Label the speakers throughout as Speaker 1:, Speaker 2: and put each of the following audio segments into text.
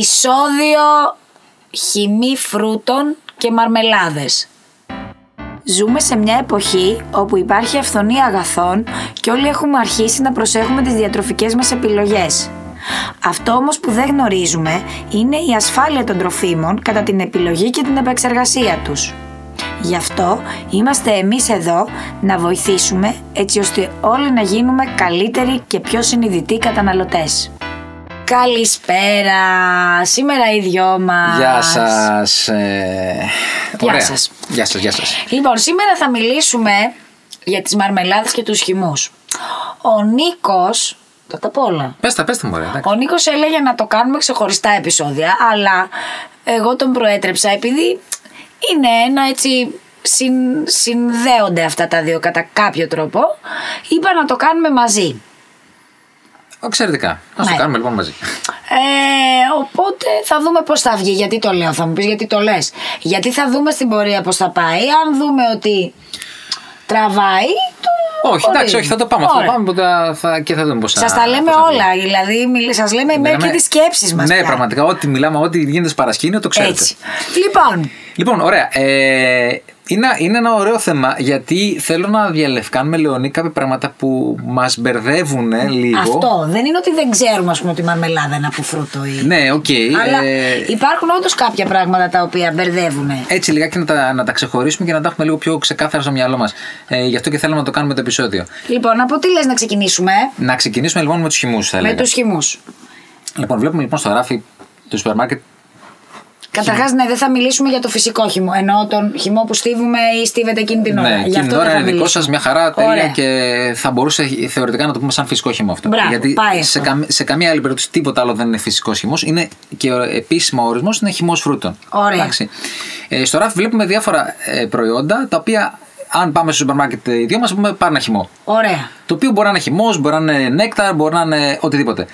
Speaker 1: Επισόδιο χυμή φρούτων και μαρμελάδες. Ζούμε σε μια εποχή όπου υπάρχει αυθονία αγαθών και όλοι έχουμε αρχίσει να προσέχουμε τις διατροφικές μας επιλογές. Αυτό όμως που δεν γνωρίζουμε είναι η ασφάλεια των τροφίμων κατά την επιλογή και την επεξεργασία τους. Γι' αυτό είμαστε εμείς εδώ να βοηθήσουμε έτσι ώστε όλοι να γίνουμε καλύτεροι και πιο συνειδητοί καταναλωτές. Καλησπέρα! Σήμερα οι δυο μας...
Speaker 2: Γεια σας. ε,
Speaker 1: Γεια
Speaker 2: ωραία.
Speaker 1: σας.
Speaker 2: Γεια σας, γεια σας.
Speaker 1: Λοιπόν, σήμερα θα μιλήσουμε για τις μαρμελάδες και τους χυμούς. Ο Νίκος, θα τα πω όλα.
Speaker 2: Πες τα, πες τα μου, ωραία. εντάξει.
Speaker 1: Ο Νίκος έλεγε να το κάνουμε ξεχωριστά επεισόδια, αλλά εγώ τον προέτρεψα επειδή είναι ένα έτσι συν, συνδέονται αυτά τα δύο κατά κάποιο τρόπο. Είπα να το κάνουμε μαζί.
Speaker 2: Εξαιρετικά. Ας το
Speaker 1: Ναι.
Speaker 2: κάνουμε λοιπόν μαζί.
Speaker 1: Ε, οπότε θα δούμε πώς θα βγει. Γιατί το λέω, θα μου πεις γιατί το λες. Γιατί θα δούμε στην πορεία πώς θα πάει. Αν δούμε ότι τραβάει, το
Speaker 2: όχι, εντάξει,
Speaker 1: ορίζουμε.
Speaker 2: όχι, θα το πάμε. αυτό.
Speaker 1: Ωραία.
Speaker 2: πάμε που τα- θα- και θα δούμε πώς θα
Speaker 1: Σας τα λέμε
Speaker 2: πώς θα βγει.
Speaker 1: όλα, δηλαδή μιλ- σας λέμε μέχρι και
Speaker 2: Μιλάμε-
Speaker 1: τις σκέψεις μας.
Speaker 2: Ναι,
Speaker 1: πια.
Speaker 2: πραγματικά. Ό,τι μιλάμε, ό,τι γίνεται παρασκήνιο, το ξέρετε.
Speaker 1: Έτσι. Λοιπόν,
Speaker 2: Λοιπόν, ωραία. Ε, είναι, είναι ένα ωραίο θέμα γιατί θέλω να διαλευκάνουμε, Λεωνί, κάποια πράγματα που μας μπερδεύουν λίγο.
Speaker 1: Αυτό. Δεν είναι ότι δεν ξέρουμε, ας πούμε, ότι η μαρμελάδα είναι από φρούτο ή.
Speaker 2: Ναι, οκ.
Speaker 1: Αλλά
Speaker 2: ε,
Speaker 1: υπάρχουν όντως κάποια πράγματα τα οποία μπερδεύουν.
Speaker 2: έτσι λιγάκι να τα, να τα ξεχωρίσουμε και να τα έχουμε λίγο πιο ξεκάθαρα στο μυαλό μας. Ε, γι' αυτό και θέλαμε να το κάνουμε το επεισόδιο.
Speaker 1: Λοιπόν, από τι λες να ξεκινήσουμε, ε?
Speaker 2: Να ξεκινήσουμε λοιπόν με τους χυμούς, θα
Speaker 1: με
Speaker 2: έλεγα.
Speaker 1: τους χυμούς.
Speaker 2: Λοιπόν, βλέπουμε λοιπόν στο ράφι του σούπερ μάρκετ.
Speaker 1: Καταρχάς, ναι, δεν θα μιλήσουμε για το φυσικό χυμό. Ενώ τον χυμό που στίβουμε ή στίβεται εκείνη την ώρα.
Speaker 2: ναι,
Speaker 1: Γι'
Speaker 2: εκείνη
Speaker 1: αυτό
Speaker 2: την
Speaker 1: δεν
Speaker 2: ώρα
Speaker 1: θα
Speaker 2: είναι δικό
Speaker 1: μιλήσουμε.
Speaker 2: σας, μια χαρά, τέλεια
Speaker 1: Ωραία.
Speaker 2: και θα μπορούσε θεωρητικά να το πούμε σαν φυσικό χυμό αυτό.
Speaker 1: Μπράβο,
Speaker 2: Γιατί
Speaker 1: πάει
Speaker 2: σε,
Speaker 1: αυτό.
Speaker 2: καμ- σε καμία άλλη περίπτωση τίποτα άλλο δεν είναι φυσικός χυμός. Είναι και ο επίσημα ορισμός είναι χυμός φρούτων.
Speaker 1: Ωραία.
Speaker 2: Εντάξει. Ε, στο ράφι βλέπουμε διάφορα ε, προϊόντα τα οποία, αν πάμε στο σούπερ μάρκετ ε, οι δυο μας, πούμε πάρει ένα χυμό.
Speaker 1: Ωραία.
Speaker 2: Το οποίο μπορεί να είναι χυμός, μπορεί να είναι νέκταρ, μπορεί να είναι οτιδήποτε.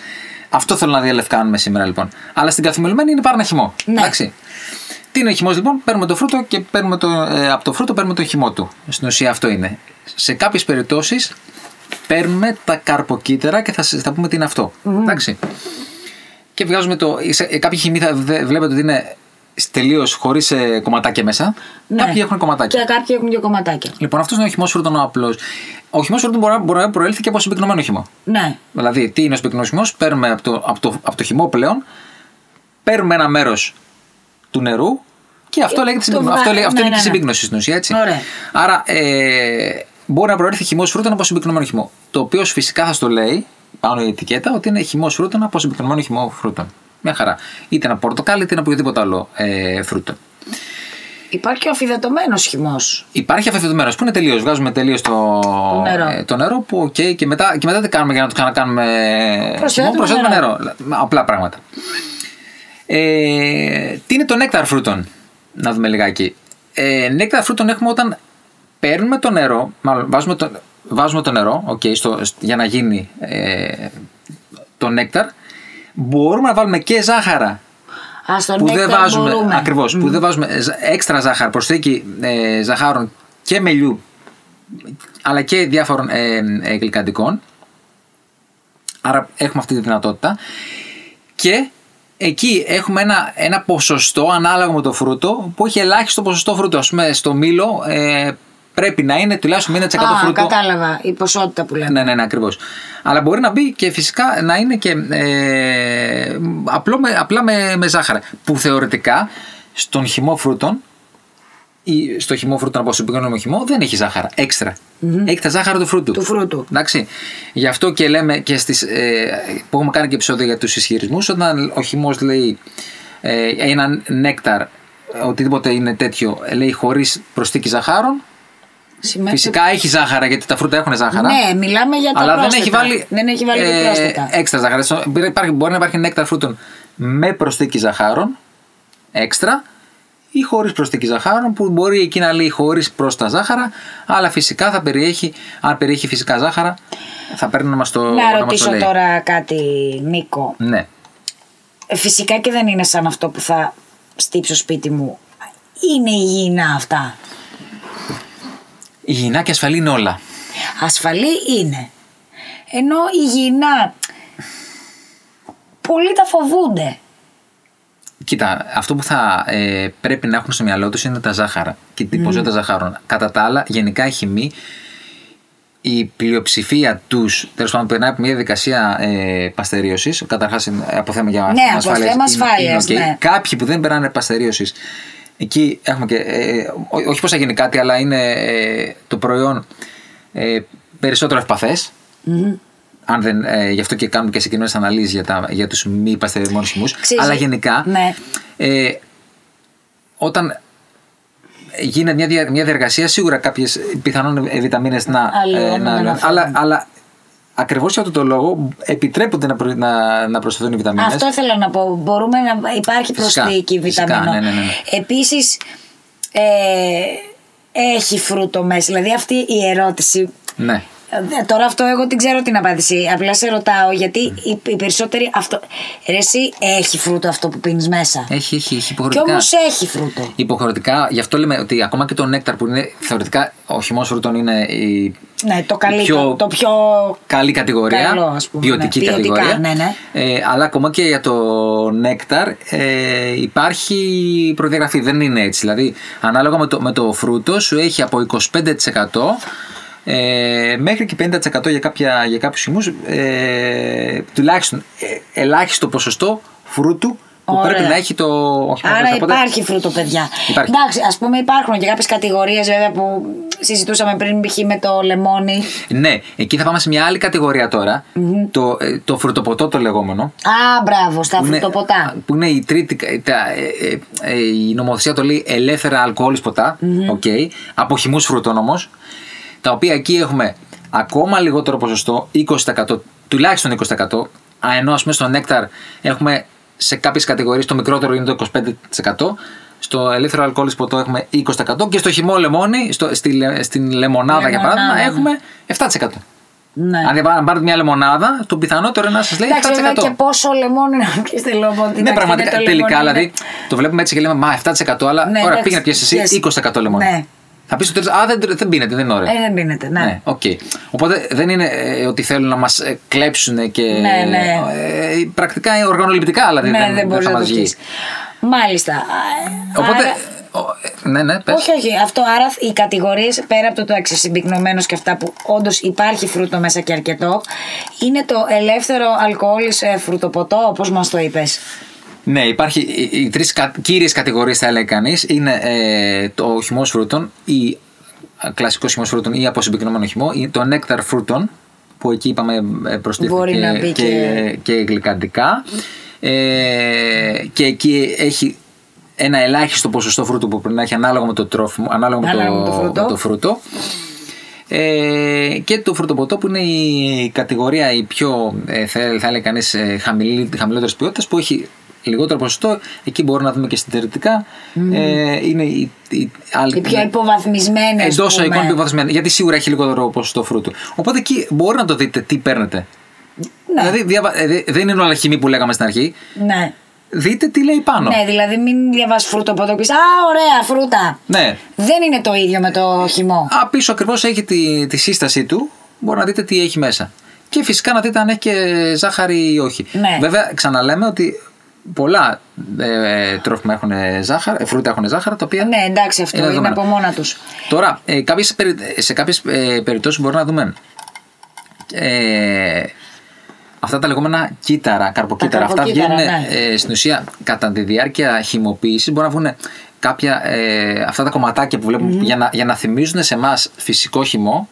Speaker 2: Αυτό θέλω να διαλευκάνουμε σήμερα λοιπόν. Αλλά στην καθημερινή είναι πάρα ένα χυμό.
Speaker 1: Ναι.
Speaker 2: Εντάξει. Τι είναι ο χυμός λοιπόν, παίρνουμε το φρούτο και παίρνουμε το, ε, από το φρούτο παίρνουμε το χυμό του. Στην ουσία αυτό είναι. Σε κάποιες περιπτώσεις παίρνουμε τα καρποκύτταρα και θα, σας- θα πούμε τι είναι αυτό. Εντάξει. Και βγάζουμε το. σε- ε, Κάποιοι χυμοί θα δε- βλέπετε ότι είναι τελείως χωρίς κομματάκια μέσα.
Speaker 1: Ναι.
Speaker 2: Κάποιοι έχουν κομματάκια.
Speaker 1: Και κάποιοι έχουν και κομματάκια.
Speaker 2: Λοιπόν, αυτός είναι ο χυμός φρούτων απλός. Ο χυμός φρούτων μπορεί, να- μπορεί να προέλθει και από συμπυκνωμένο χυμό.
Speaker 1: Ναι.
Speaker 2: Δηλαδή, τι είναι ο συμπυκνωμένος χυμός, παίρνουμε από το, από, το, από το χυμό πλέον, παίρνουμε ένα μέρος του νερού και αυτό,
Speaker 1: Ε,
Speaker 2: λέγεται,
Speaker 1: το
Speaker 2: συμπυκνω-
Speaker 1: βγα-
Speaker 2: αυτό, λέγεται- αυτό
Speaker 1: ναι,
Speaker 2: είναι
Speaker 1: ναι,
Speaker 2: και
Speaker 1: ναι.
Speaker 2: συμπύκνωση στην ουσία, έτσι.
Speaker 1: Ωραία.
Speaker 2: Άρα, ε, μπορεί να προέλθει χυμός φρούτων από συμπυκνωμένο χυμό. Το οποίος φυσικά θα στο λέει πάνω η ετικέτα ότι είναι χυμός φρούτων από συμπυκνωμένο χυμό φρούτων. Μια χαρά. Είτε ένα πορτοκάλι, είτε ένα οποιοδήποτε άλλο ε, φρούτο.
Speaker 1: Υπάρχει και ο αφιδατωμένο χυμός.
Speaker 2: Υπάρχει αφευθυμένο που είναι τελείως. Βγάζουμε τελείως το,
Speaker 1: Το νερό.
Speaker 2: ε, το νερό που οκ, και, μετά, και μετά τι κάνουμε για να το ξανακάνουμε.
Speaker 1: Προσθέτουμε
Speaker 2: προσθέτουμε
Speaker 1: νερό.
Speaker 2: νερό. Λα- Απλά πράγματα. Ε, τι είναι το νέκταρ φρούτων, να δούμε λιγάκι. Ε, νέκταρ φρούτων έχουμε όταν παίρνουμε το νερό, μάλλον βάζουμε το, βάζουμε το νερό οκ, στο, σ- για να γίνει ε, το νέκταρ. Μπορούμε να βάλουμε και ζάχαρα
Speaker 1: Ας τον
Speaker 2: που δεν βάζουμε,
Speaker 1: μπορούμε.
Speaker 2: ακριβώς, που δεν βάζουμε ε, ζα- έξτρα ζάχαρη, προσθήκη ε, ζαχάρων και μελιού αλλά και διάφορων ε, ε, γλυκαντικών. Άρα έχουμε αυτή τη δυνατότητα. Και εκεί έχουμε ένα, ένα ποσοστό ανάλογο με το φρούτο που έχει ελάχιστο ποσοστό φρούτο. Ας πούμε στο μήλο ε, πρέπει να είναι τουλάχιστον 50%
Speaker 1: Α,
Speaker 2: φρούτο.
Speaker 1: κατάλαβα. Η ποσότητα που λέμε.
Speaker 2: Ναι, ναι, ναι, ακριβώς. Αλλά μπορεί να μπει και φυσικά να είναι και ε, απλό με, απλά με, με ζάχαρα. Που θεωρητικά στον χυμό φρούτων ή στο χυμό φρούτων από συμπληρώνουμε χυμό δεν έχει ζάχαρα. Έξτρα. Έχει τα ζάχαρα του φρούτου.
Speaker 1: Του φρούτου.
Speaker 2: Εντάξει. Γι' αυτό και λέμε και στις, ε, που έχουμε κάνει και επεισόδιο για τους ισχυρισμούς, όταν ο χυμός λέει ε, ένα νέκταρ, οτιδήποτε είναι τέτοιο, λέει χωρίς προσθήκη ζαχάρων,
Speaker 1: Σημαίνει ότι-
Speaker 2: Φυσικά έχει ζάχαρα γιατί τα φρούτα έχουν ζάχαρα.
Speaker 1: Ε, Ναι, μιλάμε για τα
Speaker 2: Αλλά δεν
Speaker 1: πρόσθετα.
Speaker 2: έχει βάλει,
Speaker 1: Δεν έχει βάλει
Speaker 2: ε,
Speaker 1: ε, πρόσθετα.
Speaker 2: έξτρα ζάχαρα. Στο- Υπάρχει, μπορεί να υπάρχει νέκταρ φρούτων με προσθήκη ζαχάρων έξτρα ή χωρίς προσθήκη ζαχάρων που μπορεί εκεί να λέει χωρίς πρόσθετα ζάχαρα, αλλά φυσικά θα περιέχει, αν περιέχει φυσικά ζάχαρα, θα παίρνει ε, να μας το,
Speaker 1: Να
Speaker 2: μας το
Speaker 1: ρωτήσω
Speaker 2: λέει.
Speaker 1: τώρα κάτι, Νίκο.
Speaker 2: Ναι.
Speaker 1: Ε, Φυσικά και δεν είναι σαν αυτό που θα στύψω σπίτι μου. Είναι υγιεινά αυτά.
Speaker 2: Υγιεινά και ασφαλή είναι όλα.
Speaker 1: Ασφαλή είναι.
Speaker 2: Ναι,
Speaker 1: Ενώ υγιεινά. Πολλοί τα φοβούνται.
Speaker 2: Κοίτα, αυτό που θα ε, πρέπει να έχουν στο μυαλό τους είναι τα ζάχαρα και την ποσότητα ζαχάρων. Κατά τα άλλα, γενικά η χυμή, η πλειοψηφία τους, τέλος πάντων, περνάει από μια διαδικασία ε, παστερίωσης. Καταρχάς, από θέμα για
Speaker 1: Ναι, από θέμα ασφάλειας,
Speaker 2: είναι οκ.
Speaker 1: ναι.
Speaker 2: Κάποιοι που δεν περνάνε παστερίωσης, εκεί έχουμε και. ε, ό- όχι πως θα γίνει κάτι, αλλά είναι ε, το προϊόν ε, περισσότερο ευπαθές. Αν δεν, ε, γι' αυτό και κάνουμε και συγκεκριμένε αναλύσεις για, τα- για τους μη παστερισμένου χυμούς.
Speaker 1: Ξέρεις,
Speaker 2: Αλλά γενικά,
Speaker 1: ναι.
Speaker 2: ε, όταν γίνεται μια, δια- μια διαργασία, σίγουρα κάποιες πιθανόν ε, βιταμίνες να.
Speaker 1: Αλλοιώνουν,
Speaker 2: να-
Speaker 1: να
Speaker 2: αλλά,
Speaker 1: φεύγουν.
Speaker 2: αλλά ακριβώς για αυτόν τον λόγο επιτρέπονται να, προ- να, να προσθεθούν οι βιταμίνες
Speaker 1: Αυτό θέλω να πω. Μπορούμε να υπάρχει
Speaker 2: Φυσικά,
Speaker 1: προσθήκη
Speaker 2: φυσικά,
Speaker 1: βιταμίνων.
Speaker 2: ναι, ναι, ναι, ναι.
Speaker 1: Επίσης, ε, έχει φρούτο μέσα. Δηλαδή αυτή η ερώτηση
Speaker 2: Ναι.
Speaker 1: Ε, Τώρα αυτό εγώ την ξέρω την απάντηση. Απλά σε ρωτάω γιατί οι, οι περισσότεροι. Αυτό... Ρε, εσύ έχει φρούτο αυτό που πίνεις μέσα.
Speaker 2: Έχει, έχει, έχει
Speaker 1: Κι
Speaker 2: υποχρεωτικά.
Speaker 1: όμως έχει φρούτο.
Speaker 2: Υποχρεωτικά, γι' αυτό λέμε ότι ακόμα και το νέκταρ που είναι θεωρητικά ο χυμό φρούτων είναι η
Speaker 1: Ναι, το καλή.
Speaker 2: πιο-
Speaker 1: Το, το πιο.
Speaker 2: καλή κατηγορία.
Speaker 1: Καλό, ας πούμε,
Speaker 2: ποιοτική
Speaker 1: ναι. Ποιοτικά,
Speaker 2: κατηγορία.
Speaker 1: ναι, ναι.
Speaker 2: Ε, αλλά ακόμα και για το νέκταρ ε, υπάρχει προδιαγραφή. Δεν είναι έτσι. Δηλαδή, ανάλογα με το, με το φρούτο, σου έχει από 25% ε, μέχρι και 50% για, κάποια, για κάποιους χυμούς ε, τουλάχιστον ε, ελάχιστο ποσοστό φρούτου που
Speaker 1: Ωραία.
Speaker 2: πρέπει να έχει το όχι μόνο
Speaker 1: Άρα
Speaker 2: φρούτα, οπότε-
Speaker 1: υπάρχει φρούτο, παιδιά.
Speaker 2: Υπάρχει.
Speaker 1: Εντάξει, ας πούμε υπάρχουν και κάποιες κατηγορίες βέβαια που συζητούσαμε πριν, π.χ. με το λεμόνι.
Speaker 2: Ναι, εκεί θα πάμε σε μια άλλη κατηγορία τώρα, το, ε, το φρουτοποτό το λεγόμενο.
Speaker 1: Α, μπράβο, στα
Speaker 2: που είναι-
Speaker 1: φρουτοποτά.
Speaker 2: Που είναι η τρίτη. κα- Τα, ε, ε, ε, η νομοθεσία το λέει ελεύθερα αλκοόλ ποτά. οκ, από χυμούς φρούτων όμως. Τα οποία εκεί έχουμε ακόμα λιγότερο ποσοστό, 20%, τουλάχιστον 20%. α, Ενώ ας πούμε στο νέκταρ έχουμε σε κάποιες κατηγορίες το μικρότερο είναι το 25%. Στο ελεύθερο αλκοόλ ποτό έχουμε 20% και στο χυμό λεμόνι, στο, στη, λε- στην λεμονάδα για
Speaker 1: Λεμονάδα,
Speaker 2: παράδειγμα,
Speaker 1: ναι.
Speaker 2: έχουμε 7%.
Speaker 1: Ναι.
Speaker 2: Αν δεν πά- αν πάρετε μια λεμονάδα, το πιθανότερο είναι να σας λέει 7%.
Speaker 1: Εντάξει, βέβαια και πόσο λεμόνι να πιεις τη λεμόνι.
Speaker 2: Ναι, πραγματικά τελικά. Δηλαδή, το βλέπουμε έτσι και λέμε Μα 7%, αλλά
Speaker 1: Ναι,
Speaker 2: ώρα
Speaker 1: εντάξει,
Speaker 2: πήγαινε πιέσει εσύ
Speaker 1: πιες.
Speaker 2: 20% λεμόνι.
Speaker 1: Ναι.
Speaker 2: Θα πεις στο τέλος, Α, δεν, δεν πίνεται, δεν είναι ωραίο.
Speaker 1: Ε, δεν πίνεται, ναι.
Speaker 2: Ναι, οκ. Οπότε δεν είναι ε, ότι θέλουν να μας κλέψουν και.
Speaker 1: Ναι, ναι.
Speaker 2: ε, πρακτικά ε, οργανοληπτικά, δηλαδή.
Speaker 1: Ναι, δεν,
Speaker 2: θα
Speaker 1: μπορεί να
Speaker 2: μας
Speaker 1: το
Speaker 2: βγει.
Speaker 1: πεις. Μάλιστα. Α,
Speaker 2: Οπότε.
Speaker 1: άρα-
Speaker 2: ο, ε, ναι, ναι, πες.
Speaker 1: Όχι, όχι. Αυτό άρα οι κατηγορίες πέρα από το το εξεσυμπυκνωμένο και αυτά που όντως υπάρχει φρούτο μέσα και αρκετό, είναι το ελεύθερο αλκοόλ ε, φρουτοποτό, όπως μας το είπες.
Speaker 2: Ναι, υπάρχει. Οι, οι τρεις κα, κύριες κατηγορίες, θα έλεγε κανείς, είναι ε, το χυμός φρούτων, ή κλασικός χυμός φρούτων ή αποσυμπυκνωμένο χυμό, ή το νέκταρ φρούτων, που εκεί είπαμε ε, προστίθεται
Speaker 1: Μπορεί να μπει
Speaker 2: και, και, και γλυκαντικά. Ε, και εκεί έχει ένα ελάχιστο ποσοστό φρούτου που πρέπει να έχει ανάλογα με το τρόφιμο, ανάλογα με
Speaker 1: Ανάλογα με το φρούτο.
Speaker 2: με το φρούτο. Ε, και το φρουτοποτό που είναι η κατηγορία η πιο, ε, θα, θα έλεγε κανείς, ε, χαμηλή, χαμηλότερης ποιότητας που έχει λιγότερο ποσοστό, εκεί μπορούμε να δούμε και συντηρητικά, ε, είναι η, η άλλη... ναι,
Speaker 1: Οι πιο υποβαθμισμένε.
Speaker 2: Εντό οικών πιο βαθμισμένη, γιατί σίγουρα έχει λιγότερο ποσοστό φρούτου. Οπότε εκεί μπορεί να το δείτε τι παίρνετε. Δηλαδή διαβα- ε, δε- δεν είναι όλα χυμή που λέγαμε στην αρχή.
Speaker 1: Ναι.
Speaker 2: Δείτε τι λέει πάνω.
Speaker 1: ναι, δηλαδή μην διαβάσει φρούτο ποτό και πεις Α, ωραία, φρούτα.
Speaker 2: ναι.
Speaker 1: Δεν είναι το ίδιο με το χυμό.
Speaker 2: Α, πίσω ακριβώς έχει τη, τη σύστασή του. Μπορεί να δείτε τι έχει μέσα. Και φυσικά να δείτε αν έχει και ζάχαρη ή όχι.
Speaker 1: Ναι.
Speaker 2: Βέβαια, ξαναλέμε ότι πολλά ε, τρόφιμα έχουν ζάχαρη, ε, φρούτα έχουν ζάχαρα, τα οποία.
Speaker 1: Ναι, εντάξει, αυτό
Speaker 2: Είναι
Speaker 1: είναι,
Speaker 2: δεδομένο.
Speaker 1: από μόνα τους.
Speaker 2: Τώρα, ε, κάποιες, περι- σε κάποιες περιπτώσεις μπορούμε να δούμε. Ε, αυτά τα λεγόμενα κύτταρα, καρποκύτταρα. Αυτά
Speaker 1: καρποκύτταρα,
Speaker 2: βγαίνουν
Speaker 1: ναι.
Speaker 2: ε, στην ουσία κατά τη διάρκεια χυμοποίηση. Μπορεί να βγουν κάποια, ε, αυτά τα κομματάκια που βλέπουμε για, να, για να θυμίζουν σε εμάς φυσικό χυμό.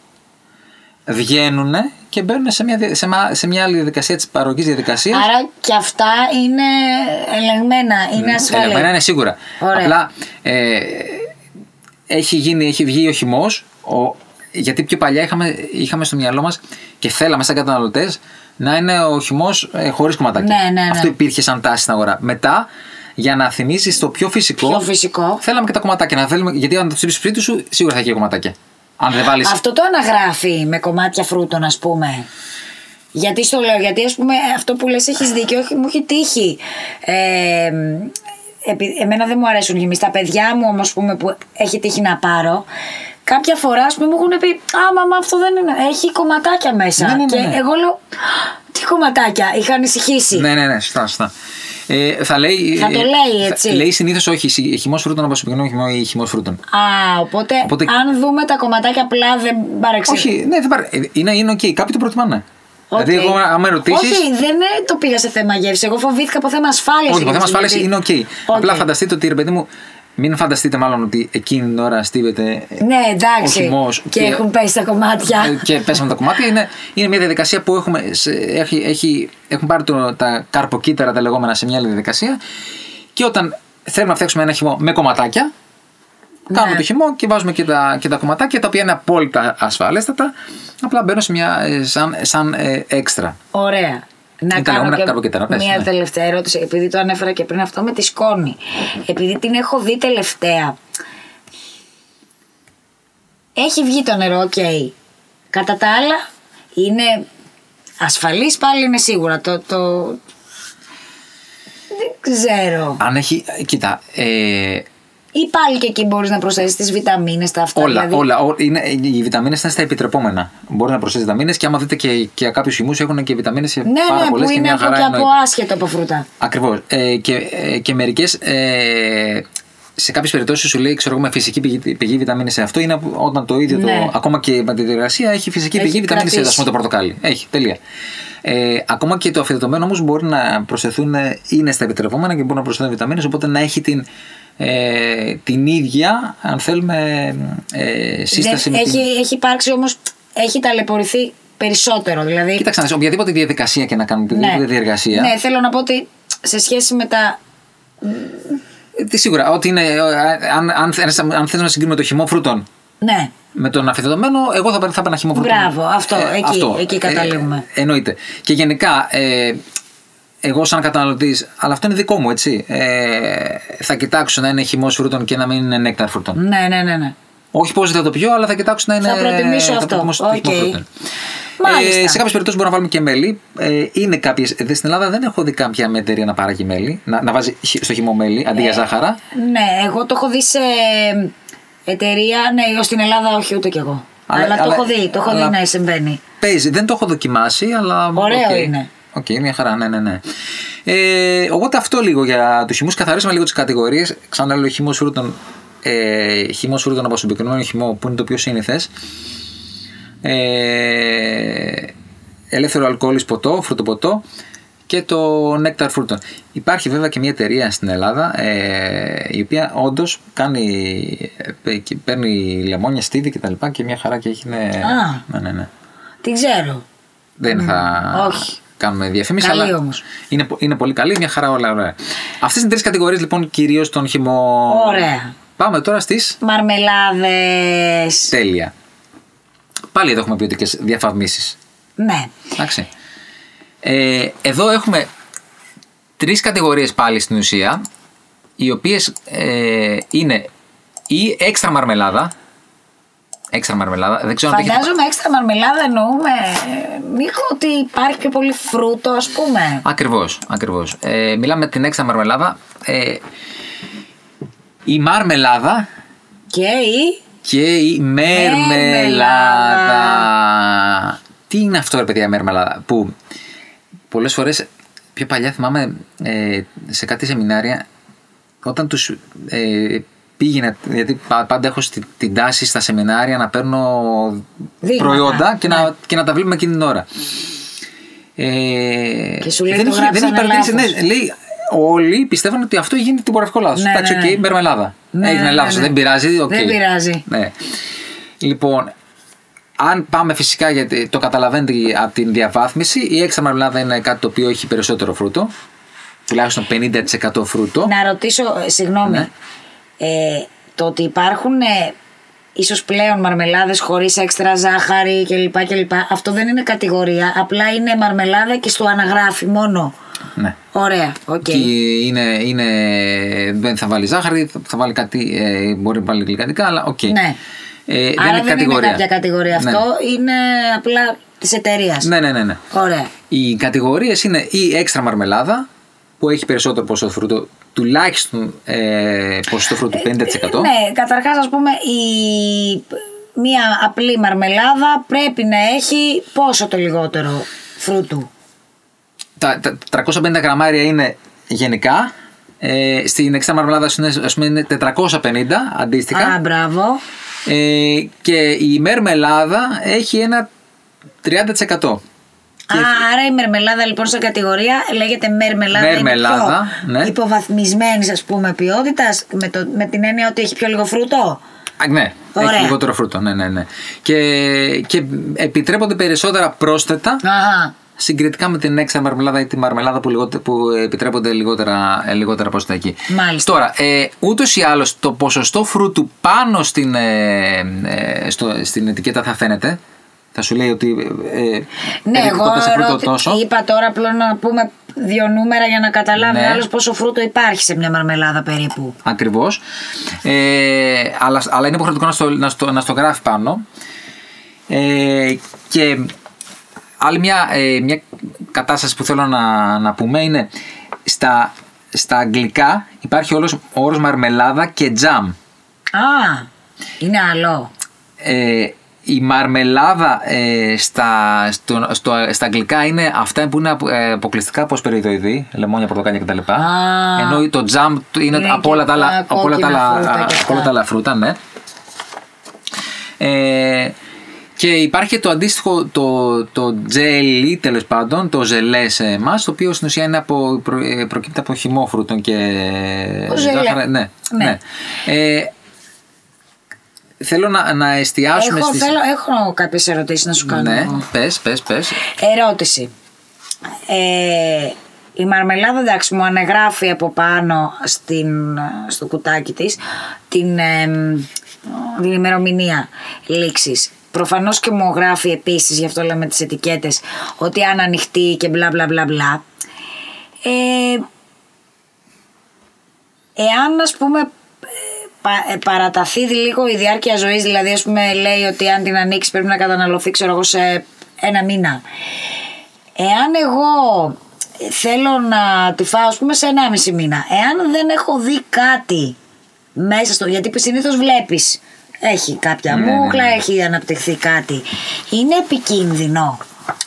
Speaker 2: Βγαίνουν και μπαίνουν σε μια, δια- σε, μα- σε μια άλλη διαδικασία της παρογή διαδικασίας.
Speaker 1: Άρα και αυτά είναι ελεγμένα,
Speaker 2: Ναι,
Speaker 1: είναι ασφαλή.
Speaker 2: Εμένα είναι σίγουρα.
Speaker 1: Ωραία.
Speaker 2: Απλά ε, έχει, γίνει, έχει βγει ο χυμός. Ο, γιατί πιο παλιά είχαμε, είχαμε στο μυαλό μας και θέλαμε σαν καταναλωτές να είναι ο χυμός ε, χωρίς κομματάκια.
Speaker 1: Ναι, ναι, ναι.
Speaker 2: Αυτό υπήρχε σαν τάση στην αγορά. Μετά, για να θυμίσεις το πιο φυσικό,
Speaker 1: Πιο φυσικό.
Speaker 2: θέλαμε και τα κομματάκια. Να θέλουμε, γιατί αν το ψήφει σπίτι σου, σίγουρα θα έχει κομματάκια. Αν δεν βάλεις.
Speaker 1: Αυτό το αναγράφει με κομμάτια φρούτων, ας πούμε. Γιατί στο λέω, γιατί ας πούμε αυτό που λες έχεις δίκιο, όχι, μου έχει τύχει. Ε, επει- εμένα δεν μου αρέσουν γυμνοί. Τα παιδιά μου όμως πούμε, που έχει τύχει να πάρω, κάποια φορά ας πούμε, μου έχουν πει «Α, μαμά αυτό δεν είναι, έχει κομματάκια μέσα».
Speaker 2: Ναι, ναι, ναι,
Speaker 1: Και
Speaker 2: ναι.
Speaker 1: εγώ λέω «Τι κομματάκια», είχα ανησυχήσει.
Speaker 2: Ναι, ναι, ναι, σωστά, σωστά. Ε, θα, λέει,
Speaker 1: Θα το λέει,
Speaker 2: ε,
Speaker 1: έτσι.
Speaker 2: Θα, λέει συνήθως όχι, χυμός φρούτων όπως επικοινωνεί χυμό ή χυμός φρούτων.
Speaker 1: Α, οπότε,
Speaker 2: Οπότε-
Speaker 1: αν δούμε τα κομματάκια απλά δεν παρεξηγεί.
Speaker 2: Όχι, ναι, δεν παρα... ε, είναι, είναι οκ. Κάποιοι το προτιμάνε.
Speaker 1: Οκ.
Speaker 2: Δηλαδή, εγώ, άμα ρωτήσει.
Speaker 1: Όχι, δεν ε, το πήγα σε θέμα γεύση. Εγώ φοβήθηκα από θέμα δηλαδή. ασφάλεια.
Speaker 2: Όχι, το θέμα ασφάλεια είναι οκ. Απλά φανταστείτε ότι ρε παιδί μου, μην φανταστείτε μάλλον ότι εκείνη την ώρα στίβεται. ε,
Speaker 1: Ναι, εντάξει.
Speaker 2: ο χυμός
Speaker 1: και, έχουν πέσει τα κομμάτια.
Speaker 2: ε, και πέσαμε τα κομμάτια. Είναι, είναι μια διαδικασία που έχουμε, σε- έχει, έχει, έχουν πάρει το, τα καρποκύτταρα τα λεγόμενα σε μια άλλη διαδικασία. Και όταν θέλουμε να φτιάξουμε ένα χυμό με κομματάκια, κάνουμε
Speaker 1: Ναι.
Speaker 2: το χυμό και βάζουμε και τα, και τα κομματάκια, τα οποία είναι απόλυτα ασφαλέστατα, απλά μπαίνουν σε μια, ε, σαν, σαν ε, έξτρα.
Speaker 1: Ωραία. Να
Speaker 2: Είναι τα
Speaker 1: κάνω
Speaker 2: λεγόμενα
Speaker 1: και
Speaker 2: καρποκύτταρα, πες,
Speaker 1: μια
Speaker 2: ναι.
Speaker 1: τελευταία ερώτηση, επειδή το ανέφερα και πριν αυτό με τη σκόνη. Επειδή την έχω δει τελευταία. Έχει βγει το νερό, οκ. Κατά τα άλλα, είναι ασφαλής πάλι είναι σίγουρα. Το, το... Δεν ξέρω.
Speaker 2: Αν έχει, κοίτα, ε,
Speaker 1: Ή πάλι και εκεί μπορείς να προσθέσεις τις βιταμίνες, τα αυτά.
Speaker 2: Όλα,
Speaker 1: δηλαδή.
Speaker 2: όλα. ό- Είναι, οι βιταμίνες είναι στα επιτρεπόμενα. Μπορεί να προσθέσει βιταμίνες και άμα δείτε και, και κάποιους χυμούς έχουν και βιταμίνες
Speaker 1: Ναι,
Speaker 2: πάρα
Speaker 1: ναι,
Speaker 2: πολλές
Speaker 1: που
Speaker 2: και
Speaker 1: είναι
Speaker 2: μια
Speaker 1: από,
Speaker 2: χαρά.
Speaker 1: και από άσχετο από φρούτα.
Speaker 2: Ακριβώς. Ε, και ε, και μερικές. Ε, σε κάποιες περιπτώσεις σου λέει, ξέρω εγώ, με φυσική πηγή, πηγή βιταμίνη σε αυτό είναι από- όταν το ίδιο
Speaker 1: Ναι.
Speaker 2: το. Ακόμα και με τη διεργασία έχει φυσική
Speaker 1: Έχει
Speaker 2: πηγή βιταμίνη σε, α
Speaker 1: κρατήσει.
Speaker 2: πούμε, το πορτοκάλι. Έχει, τελεία. Ε, ακόμα και το αφιδετωμένο όμως μπορεί να προσθεθούν, ε, είναι στα επιτρεπόμενα και μπορούν να προσθεθούν βιταμίνες, οπότε να έχει την, ε, την ίδια, αν θέλουμε, ε, σύσταση
Speaker 1: Δεν-
Speaker 2: με την-
Speaker 1: έχει, έχει υπάρξει όμως. Έχει ταλαιπωρηθεί περισσότερο. Δηλαδή.
Speaker 2: Κοίταξε να δεις, οποιαδήποτε διαδικασία και να κάνουμε, οποιαδήποτε διεργασία.
Speaker 1: Ναι, θέλω να πω ότι σε σχέση με τα.
Speaker 2: ε, τι Σίγουρα, ότι είναι, ε, αν, αν, θες- αν θες να συγκρίνουμε το χυμό φρούτων
Speaker 1: Ναι.
Speaker 2: με τον αφιδεδομένο, εγώ θα, παίρνω- θα παίρνα χυμό φρούτων.
Speaker 1: Μπράβο, αυτό, εκεί- εκεί καταλήγουμε.
Speaker 2: Ε, εννοείται. Και γενικά, ε, εγώ σαν καταναλωτής, αλλά αυτό είναι δικό μου, έτσι, ε, θα κοιτάξω να είναι χυμός φρούτων και να μην είναι νέκταρ φρούτων.
Speaker 1: Ναι, ναι, ναι. ναι.
Speaker 2: Όχι πώ θα το πιω, αλλά θα κοιτάξω να είναι.
Speaker 1: Θα προτιμήσω αυτό.
Speaker 2: προτιμήσω Ε, το
Speaker 1: Οκ.
Speaker 2: χυμό φρούτων.
Speaker 1: Μάλιστα.
Speaker 2: Ε, σε κάποιες περιπτώσεις μπορούμε να βάλουμε και μέλι. Ε, είναι κάποιες, δε, στην Ελλάδα δεν έχω δει κάποια μια εταιρεία να παράγει μέλι, να, να βάζει χυ- στο χυμό μέλι αντί
Speaker 1: Ε.
Speaker 2: για ζάχαρα.
Speaker 1: Ναι, εγώ το έχω δει σε εταιρεία. Ναι, στην Ελλάδα όχι ούτε κι εγώ. Αλλά,
Speaker 2: Αλλά-
Speaker 1: το
Speaker 2: αλλά-
Speaker 1: έχω δει, το έχω
Speaker 2: αλλά-
Speaker 1: δει να συμβαίνει.
Speaker 2: Παίζει, δεν το έχω δοκιμάσει, αλλά.
Speaker 1: Ωραίο
Speaker 2: οκ.
Speaker 1: είναι.
Speaker 2: Οκ, μια χαρά, ναι, ναι, ναι. Ε, οπότε αυτό λίγο για τους χυμούς. Καθαρίσαμε λίγο τις κατηγορίες. Ξανά λέω χυμό φρούτων. Ε, χυμός φρούτων από συγκεκριμένο χυμό που είναι το πιο σύνηθες. Ε, ελεύθερο αλκοόλ ποτό, φρουτοποτό και το νέκταρ φρούτων. Υπάρχει βέβαια και μια εταιρεία στην Ελλάδα ε, η οποία όντως κάνει, ε, και παίρνει λεμόνια, στίδι κτλ. Και, τα λοιπά και μια χαρά και έχει. Ναι,
Speaker 1: Α.
Speaker 2: ναι, ναι, ναι.
Speaker 1: Τι ξέρω.
Speaker 2: Δεν θα
Speaker 1: όχι.
Speaker 2: κάνουμε διαφήμιση.
Speaker 1: Καλή
Speaker 2: αλλά
Speaker 1: όμως.
Speaker 2: Είναι, πο- είναι πολύ καλή, μια χαρά όλα ωραία. Αυτές είναι τρεις κατηγορίες λοιπόν κυρίως των χυμό.
Speaker 1: Ωραία.
Speaker 2: Πάμε τώρα στις
Speaker 1: Μαρμελάδες.
Speaker 2: τέλεια. Πάλι εδώ έχουμε ποιοτικές διαφαρμίσει.
Speaker 1: Ναι.
Speaker 2: Εντάξει. Ε, εδώ έχουμε τρεις κατηγορίες πάλι στην ουσία, οι οποίες ε, είναι η έξτρα μαρμελάδα, έξτρα μαρμελάδα, δεν ξέρω αν το έχετε...
Speaker 1: Φαντάζομαι έξτρα μαρμελάδα εννοούμε. Μήχο ότι υπάρχει πιο πολύ φρούτο, ας πούμε.
Speaker 2: Ακριβώς, ακριβώς. Ε, μιλάμε την έξτρα μαρμελάδα. Ε, η μαρμελάδα
Speaker 1: Και η.
Speaker 2: και η μερμελάδα.
Speaker 1: Μερμελάδα.
Speaker 2: Τι είναι αυτό, ρε παιδιά, η μερμελάδα. Που πολλές φορές πιο παλιά θυμάμαι ε, σε κάτι σεμινάρια όταν τους ε, πήγαινα. Γιατί πα- πάντα έχω στη- την τάση στα σεμινάρια να παίρνω
Speaker 1: Δείγματα, Ναι.
Speaker 2: προϊόντα και, να, και να τα βλέπουμε εκείνη την ώρα. Ε,
Speaker 1: Και σου λέει,
Speaker 2: δεν
Speaker 1: το
Speaker 2: είχε- δεν
Speaker 1: γράψανε
Speaker 2: είχε παρατηρήσει.
Speaker 1: λάθος.
Speaker 2: Ναι, λέει, όλοι πιστεύαν ότι αυτό γίνεται τυπογραφικό λάθο.
Speaker 1: Ναι,
Speaker 2: Εντάξει,
Speaker 1: ναι,
Speaker 2: οκ,
Speaker 1: ναι.
Speaker 2: μερμελάδα.
Speaker 1: Ναι,
Speaker 2: Έγινε
Speaker 1: ναι,
Speaker 2: λάθος,
Speaker 1: ναι.
Speaker 2: δεν πειράζει. οκ.
Speaker 1: Δεν πειράζει.
Speaker 2: Ναι. Λοιπόν, αν πάμε φυσικά γιατί το καταλαβαίνετε από την διαβάθμιση, η έξτρα μαρμελάδα είναι κάτι το οποίο έχει περισσότερο φρούτο. Τουλάχιστον 50% φρούτο.
Speaker 1: Να ρωτήσω, ε, συγγνώμη.
Speaker 2: Ναι.
Speaker 1: Ε, το ότι υπάρχουν ε, ίσως πλέον μαρμελάδες χωρίς έξτρα ζάχαρη κλπ. κλπ. Αυτό δεν είναι κατηγορία. Απλά είναι μαρμελάδα και στο αναγράφει μόνο.
Speaker 2: Ναι.
Speaker 1: Ωραία, οκ.
Speaker 2: Και είναι, είναι, δεν θα βάλει ζάχαρη, θα- θα βάλει κάτι, ε, μπορεί να βάλει γλυκαντικά, αλλά οκ.
Speaker 1: Ναι.
Speaker 2: Ε, δεν
Speaker 1: Άρα
Speaker 2: είναι κατηγορία.
Speaker 1: κάποια κατηγορία
Speaker 2: Ναι.
Speaker 1: αυτό. Είναι απλά της εταιρείας.
Speaker 2: Ναι, ναι, ναι. ναι.
Speaker 1: Ωραία.
Speaker 2: Οι κατηγορίες είναι η έξτρα μαρμελάδα που έχει περισσότερο ποσοστό φρούτο, τουλάχιστον ε, ποσοστό φρούτου 50%.
Speaker 1: Ναι, καταρχάς ας πούμε η... μία απλή μαρμελάδα πρέπει να έχει πόσο το λιγότερο φρούτου.
Speaker 2: τα, τα 350 γραμμάρια είναι γενικά. Ε, στην εξτρά μαρμελάδα ας πούμε, ας πούμε, είναι 450 αντίστοιχα.
Speaker 1: Α, μπράβο.
Speaker 2: Ε, και η μερμελάδα έχει ένα 30%.
Speaker 1: Α, άρα η μερμελάδα λοιπόν σε κατηγορία λέγεται μερμελάδα. είναι
Speaker 2: Μερμελάδα,
Speaker 1: πιο
Speaker 2: ναι.
Speaker 1: Υποβαθμισμένης, ας πούμε, ποιότητας, με, το- με την έννοια ότι έχει πιο λίγο φρούτο.
Speaker 2: Α, ναι,
Speaker 1: Ωραία.
Speaker 2: έχει λιγότερο φρούτο. Ναι, ναι, ναι. Και, και επιτρέπονται περισσότερα πρόσθετα
Speaker 1: Αχα.
Speaker 2: συγκριτικά με την έξα μαρμελάδα ή τη μαρμελάδα που, λιγότε- που επιτρέπονται λιγότερα, ε, λιγότερα ποσοστά εκεί.
Speaker 1: Μάλιστα.
Speaker 2: Τώρα, ε, ούτως ή άλλως το ποσοστό φρούτου πάνω στην, ε, ε, στο, στην ετικέτα θα φαίνεται. Θα σου λέει ότι. Ε,
Speaker 1: Ναι,
Speaker 2: ε,
Speaker 1: εγώ
Speaker 2: κόκκινο φρούτο
Speaker 1: ρώτη-
Speaker 2: τόσο.
Speaker 1: είπα τώρα απλά να πούμε δύο νούμερα για να καταλάβει
Speaker 2: Ναι.
Speaker 1: ναι. άλλος πόσο φρούτο υπάρχει σε μια μαρμελάδα περίπου.
Speaker 2: Ακριβώς. Ε, αλλά, αλλά είναι υποχρεωτικό να στο, να στο, να στο γράφει πάνω. Ε, και άλλη μια, ε, μια κατάσταση που θέλω να, να πούμε είναι στα, στα αγγλικά υπάρχει όλος, ο όρος μαρμελάδα και τζαμ.
Speaker 1: Α, είναι άλλο.
Speaker 2: Ε, η μαρμελάδα ε, στα, στο, στο, στα αγγλικά είναι αυτά που είναι απο- ε, αποκλειστικά από σπεριδοειδή, λεμόνια, πορτοκάλια κτλ.
Speaker 1: Α.
Speaker 2: Ενώ το τζαμ του είναι,
Speaker 1: Είναι και
Speaker 2: από, όλα τα
Speaker 1: τα
Speaker 2: άλλα, από όλα τα
Speaker 1: κόκκινα
Speaker 2: άλλα-
Speaker 1: φρούτα και αυτά.
Speaker 2: από όλα τα άλλα φρούτα, ναι. Ε, και υπάρχει και το αντίστοιχο το, το τζέλι τέλος πάντων, το ζελέ σε εμάς, το οποίο στην ουσία είναι από, προ, ε, προκύπτει από χυμό φρούτων και.
Speaker 1: Ο ζελέ.
Speaker 2: ζάχαρα, Ναι, ναι.
Speaker 1: Ναι.
Speaker 2: Ε, θέλω να, να εστιάσουμε
Speaker 1: Έχω,
Speaker 2: στις...
Speaker 1: θέλω, έχω κάποιες ερωτήσεις να σου κάνω.
Speaker 2: Ναι, πες, πες, πες.
Speaker 1: Ερώτηση. Ε, η μαρμελάδα εντάξει μου ανεγράφει από πάνω στην, στο κουτάκι της την, εμ, την ημερομηνία λήξης. Προφανώς και μου γράφει επίσης, γι' αυτό λέμε τις ετικέτες, ότι αν ανοιχτεί και μπλα μπλα μπλα μπλα. Ε, εάν ας πούμε ε, πα- ε, παραταθεί λίγο η διάρκεια ζωής, δηλαδή ας πούμε λέει ότι αν την ανοίξεις πρέπει να καταναλωθεί ξέρω εγώ σε ένα μήνα. Εάν εγώ θέλω να τη φάω ας πούμε σε 1,5 μήνα, εάν δεν έχω δει κάτι μέσα στο, γιατί συνήθως βλέπεις έχει κάποια
Speaker 2: Ναι, ναι, ναι.
Speaker 1: μούχλα, έχει αναπτυχθεί κάτι. Είναι επικίνδυνο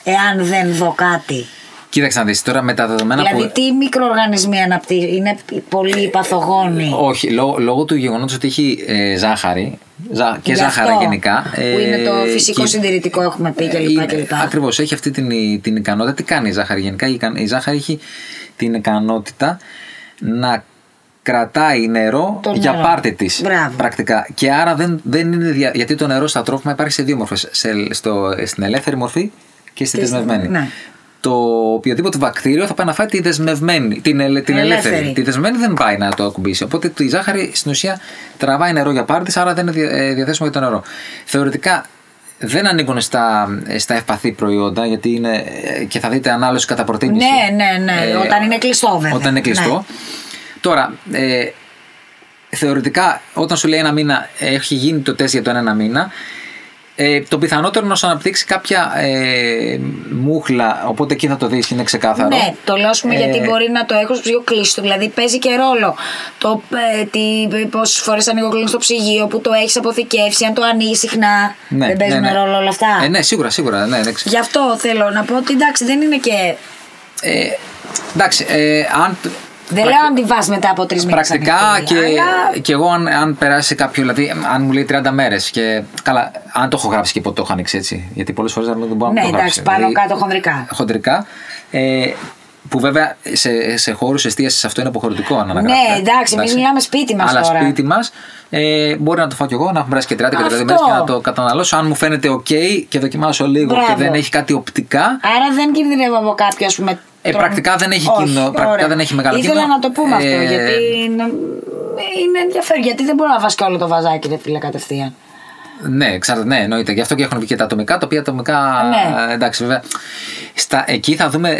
Speaker 1: εάν δεν δω κάτι.
Speaker 2: Κοίταξε να Ε, δεις τώρα με τα δεδομένα
Speaker 1: Δηλαδή,
Speaker 2: που...
Speaker 1: τι μικροοργανισμοί αναπτύσσουν, είναι πολύ παθογόνοι.
Speaker 2: Όχι, λόγω, λόγω του γεγονότος ότι έχει ε, ζάχαρη ζα- και
Speaker 1: Γι'
Speaker 2: ζάχαρα
Speaker 1: αυτό,
Speaker 2: γενικά. ε,
Speaker 1: Που είναι το φυσικό συντηρητικό, έχουμε πει κλπ. κλπ.
Speaker 2: Ακριβώς, έχει αυτή την, την ικανότητα. Τι κάνει η ζάχαρη γενικά. Η, ικαν- η ζάχαρη έχει την ικανότητα να κρατάει νερό
Speaker 1: Το
Speaker 2: για
Speaker 1: νερό.
Speaker 2: πάρτι της.
Speaker 1: Μπράβο.
Speaker 2: Πρακτικά. Και άρα δεν, δεν είναι. δια- Γιατί το νερό στα τρόφιμα υπάρχει σε δύο μορφές. Στο, στην ελεύθερη μορφή και στη
Speaker 1: Και στην-
Speaker 2: δεσμευμένη.
Speaker 1: ναι.
Speaker 2: Το οποιοδήποτε βακτήριο θα πάει να φάει τη δεσμευμένη, την, ελε- την ελεύθερη.
Speaker 1: Ελεύθερη.
Speaker 2: Τη δεσμευμένη δεν πάει να το ακουμπήσει. Οπότε η ζάχαρη στην ουσία τραβάει νερό για πάρτι, άρα δεν είναι δια- ε, διαθέσιμο για το νερό. Θεωρητικά δεν ανήκουν στα, ε, στα ευπαθή προϊόντα, γιατί είναι ε, και θα δείτε ανάλυση κατά προτίμηση. Ε,
Speaker 1: Ναι, ναι, ναι. Όταν είναι κλειστό, βέβαια.
Speaker 2: Όταν είναι κλειστό.
Speaker 1: Ναι.
Speaker 2: Τώρα, ε, θεωρητικά, όταν σου λέει ένα μήνα, ε, έχει γίνει το τεστ για τον ένα μήνα, ε, το πιθανότερο να σου αναπτύξει κάποια ε, μούχλα, οπότε εκεί θα το δεις, είναι ξεκάθαρο.
Speaker 1: Ναι, το λέω ας πούμε,
Speaker 2: Ε,
Speaker 1: γιατί μπορεί να το έχω στο ψυγείο κλειστό. Δηλαδή παίζει και ρόλο το ε, τι, πόσες φορές ανοίγω κλείνω στο ψυγείο, που το έχεις αποθηκεύσει, αν το ανοίγεις συχνά.
Speaker 2: ναι,
Speaker 1: δεν παίζουν
Speaker 2: ναι, ναι.
Speaker 1: ρόλο όλα αυτά.
Speaker 2: Ε, ναι, σίγουρα, σίγουρα. Ναι, ναι, ξε-
Speaker 1: Γι' αυτό θέλω να πω ότι εντάξει δεν είναι και.
Speaker 2: ε, εντάξει, ε, αν,
Speaker 1: Δεν λέω αν τη βάζεις μετά από τρεις μήνες.
Speaker 2: Πρακτικά και, και εγώ, αν, αν περάσει κάποιο, δηλαδή, αν μου λέει 30 μέρες και. Καλά, αν το έχω γράψει και πότε το έχω ανοίξει έτσι. Γιατί πολλές φορές δεν μπορώ να
Speaker 1: Ναι,
Speaker 2: το δηλαδή, γράψει.
Speaker 1: εντάξει, πάνω κάτω χονδρικά.
Speaker 2: Χοντρικά. Ε, που βέβαια σε, σε χώρους εστίασης αυτό είναι αποχρεωτικό αν αναγράφεται.
Speaker 1: Ναι, εντάξει, εμείς μιλάμε σπίτι μας
Speaker 2: Αλλά
Speaker 1: τώρα.
Speaker 2: σπίτι μας ε, μπορεί να το φάω κι εγώ, να έχω περάσει και 30 και 30
Speaker 1: Αυτό.
Speaker 2: μέρες και να το καταναλώσω. Αν μου φαίνεται OK και δοκιμάσω λίγο και
Speaker 1: Μπράβο.
Speaker 2: δεν έχει κάτι οπτικά.
Speaker 1: Άρα δεν κινδυνεύω από κάποιο, ας πούμε.
Speaker 2: Ε,
Speaker 1: τρομ-
Speaker 2: πρακτικά δεν έχει
Speaker 1: Όχι,
Speaker 2: κίνδυνο, πρακτικά
Speaker 1: ωραία.
Speaker 2: δεν έχει μεγάλο
Speaker 1: Ήθελα
Speaker 2: κίνδυνο.
Speaker 1: να το πούμε αυτό,
Speaker 2: Ε,
Speaker 1: γιατί είναι, είναι ενδιαφέρον. Γιατί δεν μπορεί να βάζει και όλο το βαζάκι, ρε φίλε, κατευθείαν.
Speaker 2: Ναι, εξάρτητα, ναι, εννοείται. Γι' αυτό και έχουν βγει και τα ατομικά, τα οποία ατομικά.
Speaker 1: Ναι.
Speaker 2: ε, εντάξει, βέβαια. Στα, εκεί θα δούμε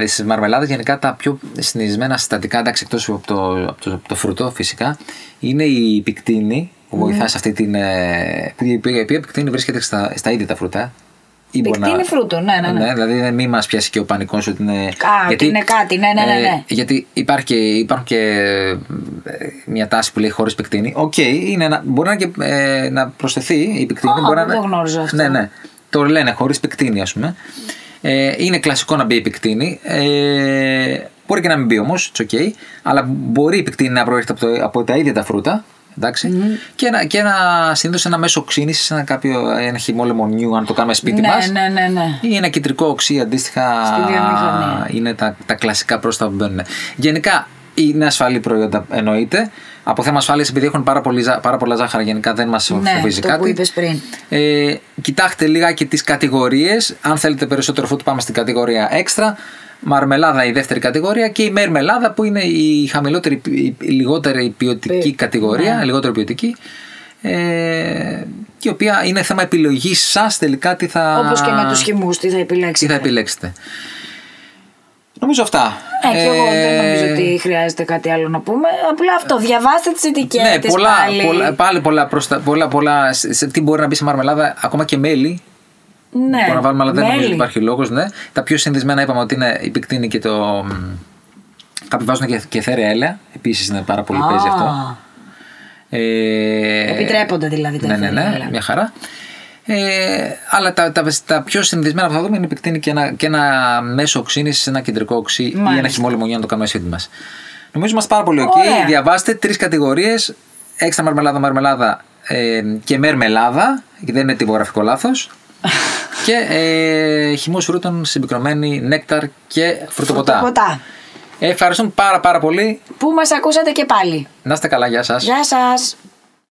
Speaker 2: ε, στις μαρμελάδες γενικά τα πιο συνηθισμένα συστατικά, εντάξει, εκτός από, το, από, το, από το φρουτό φυσικά, είναι η πικτίνη που
Speaker 1: Ναι.
Speaker 2: βοηθά σε αυτή την. Ε, η οποία η οποία πικτίνη βρίσκεται στα, στα ίδια τα φρούτα. Ή μπορεί να-
Speaker 1: Πικτίνη φρούτο, ναι, ναι, ναι.
Speaker 2: δηλαδή μην μας πιάσει και ο πανικός ότι είναι.
Speaker 1: ότι είναι κάτι, ναι, ναι, ναι,
Speaker 2: ε,
Speaker 1: ναι.
Speaker 2: γιατί υπάρχει και, υπάρχουν και ε, μια τάση που λέει χωρίς πεκτίνη. Οκ, είναι ένα- μπορεί να, και, ε, να προσθεθεί η πεκτίνη.
Speaker 1: Α,
Speaker 2: μπορεί
Speaker 1: δεν
Speaker 2: να,
Speaker 1: το γνώριζα αυτό.
Speaker 2: Ναι, ναι. Το λένε χωρίς πεκτίνη, ας πούμε. Ε, είναι κλασικό να μπει η πεκτίνη. Ε, Μπορεί και να μην μπει όμως, it's okay. Αλλά μπορεί η πυκτίνη να προέρχεται από, το, από τα ίδια τα φρούτα. Εντάξει. Και, ένα, και ένα, συνήθως ένα μέσο ξύνησης, ένα, κάποιο, ένα χυμό λεμονιού, αν το κάνουμε σπίτι
Speaker 1: ναι,
Speaker 2: μας.
Speaker 1: ναι, ναι, ναι.
Speaker 2: Ή ένα κεντρικό οξύ αντίστοιχα.
Speaker 1: Στη βιομηχανία.
Speaker 2: Είναι τα, τα κλασικά πρόσθετα που μπαίνουν. Γενικά είναι ασφαλή προϊόντα εννοείται. Από θέμα ασφάλειας, επειδή έχουν πάρα, πολύ, ζα- πάρα πολλά ζάχαρα, γενικά δεν μας
Speaker 1: Ναι,
Speaker 2: φοβίζει
Speaker 1: το
Speaker 2: κάτι.
Speaker 1: που είπες πριν.
Speaker 2: Ε, κοιτάξτε λίγα και τις κατηγορίες. Αν θέλετε περισσότερο φούτ, πάμε στην κατηγορία έξτρα. Μαρμελάδα η δεύτερη κατηγορία και η μερμελάδα που είναι η χαμηλότερη, η λιγότερη ποιοτική
Speaker 1: Ποι-
Speaker 2: κατηγορία,
Speaker 1: ναι.
Speaker 2: λιγότερο ποιοτική. Ε, και η οποία είναι θέμα επιλογής σας τελικά τι θα.
Speaker 1: Όπως και με τους χυμούς, τι θα
Speaker 2: Τι θα
Speaker 1: επιλέξετε.
Speaker 2: επιλέξετε. Νομίζω αυτά.
Speaker 1: Ναι, και εγώ δεν νομίζω
Speaker 2: Ε,
Speaker 1: ότι χρειάζεται κάτι άλλο να πούμε. Απλά αυτό, διαβάστε τις ετικέτες
Speaker 2: ναι, πολλά,
Speaker 1: πάλι.
Speaker 2: πολλά, πάλι πολλά, προστα... πολλά, πολλά σε, σε τι μπορεί να μπει σε μαρμελάδα, ακόμα και μέλι.
Speaker 1: ναι.
Speaker 2: Μπορεί να βάλουμε, αλλά δεν
Speaker 1: Μέλι.
Speaker 2: νομίζω ότι υπάρχει λόγος. Ναι. Τα πιο συνδυσμένα είπαμε ότι είναι η πικτίνη και το. μ, Κάποιοι βάζουν και, και θέρε έλαια. Επίσης είναι πάρα πολύ
Speaker 1: Α,
Speaker 2: παίζει αυτό. Ε,
Speaker 1: Επιτρέπονται δηλαδή τα
Speaker 2: ναι, ναι, ναι,
Speaker 1: θέρε έλαια.
Speaker 2: μια χαρά. Ε, αλλά τα, τα, τα πιο συνηθισμένα που θα δούμε είναι η πικτίνη και ένα, και ένα μέσο οξύνησης, ένα κεντρικό οξύ ή ένα
Speaker 1: Μάλιστα.
Speaker 2: χυμό λεμονιού να το κάνουμε σπίτι μα. Νομίζω είμαστε πάρα πολύ ok.
Speaker 1: Ωραία.
Speaker 2: Διαβάστε τρεις κατηγορίες. Έξτρα μαρμελάδα, μαρμελάδα ε, και μερμελάδα. Δεν είναι τυπογραφικό λάθος. και ε, χυμό φρούτων συμπυκνωμένη νέκταρ και φρουτοποτά.
Speaker 1: Ποτά.
Speaker 2: Ε, ευχαριστούμε πάρα πάρα πολύ.
Speaker 1: Πού μας ακούσατε και πάλι.
Speaker 2: Να είστε καλά, γεια σας.
Speaker 1: Γεια σας.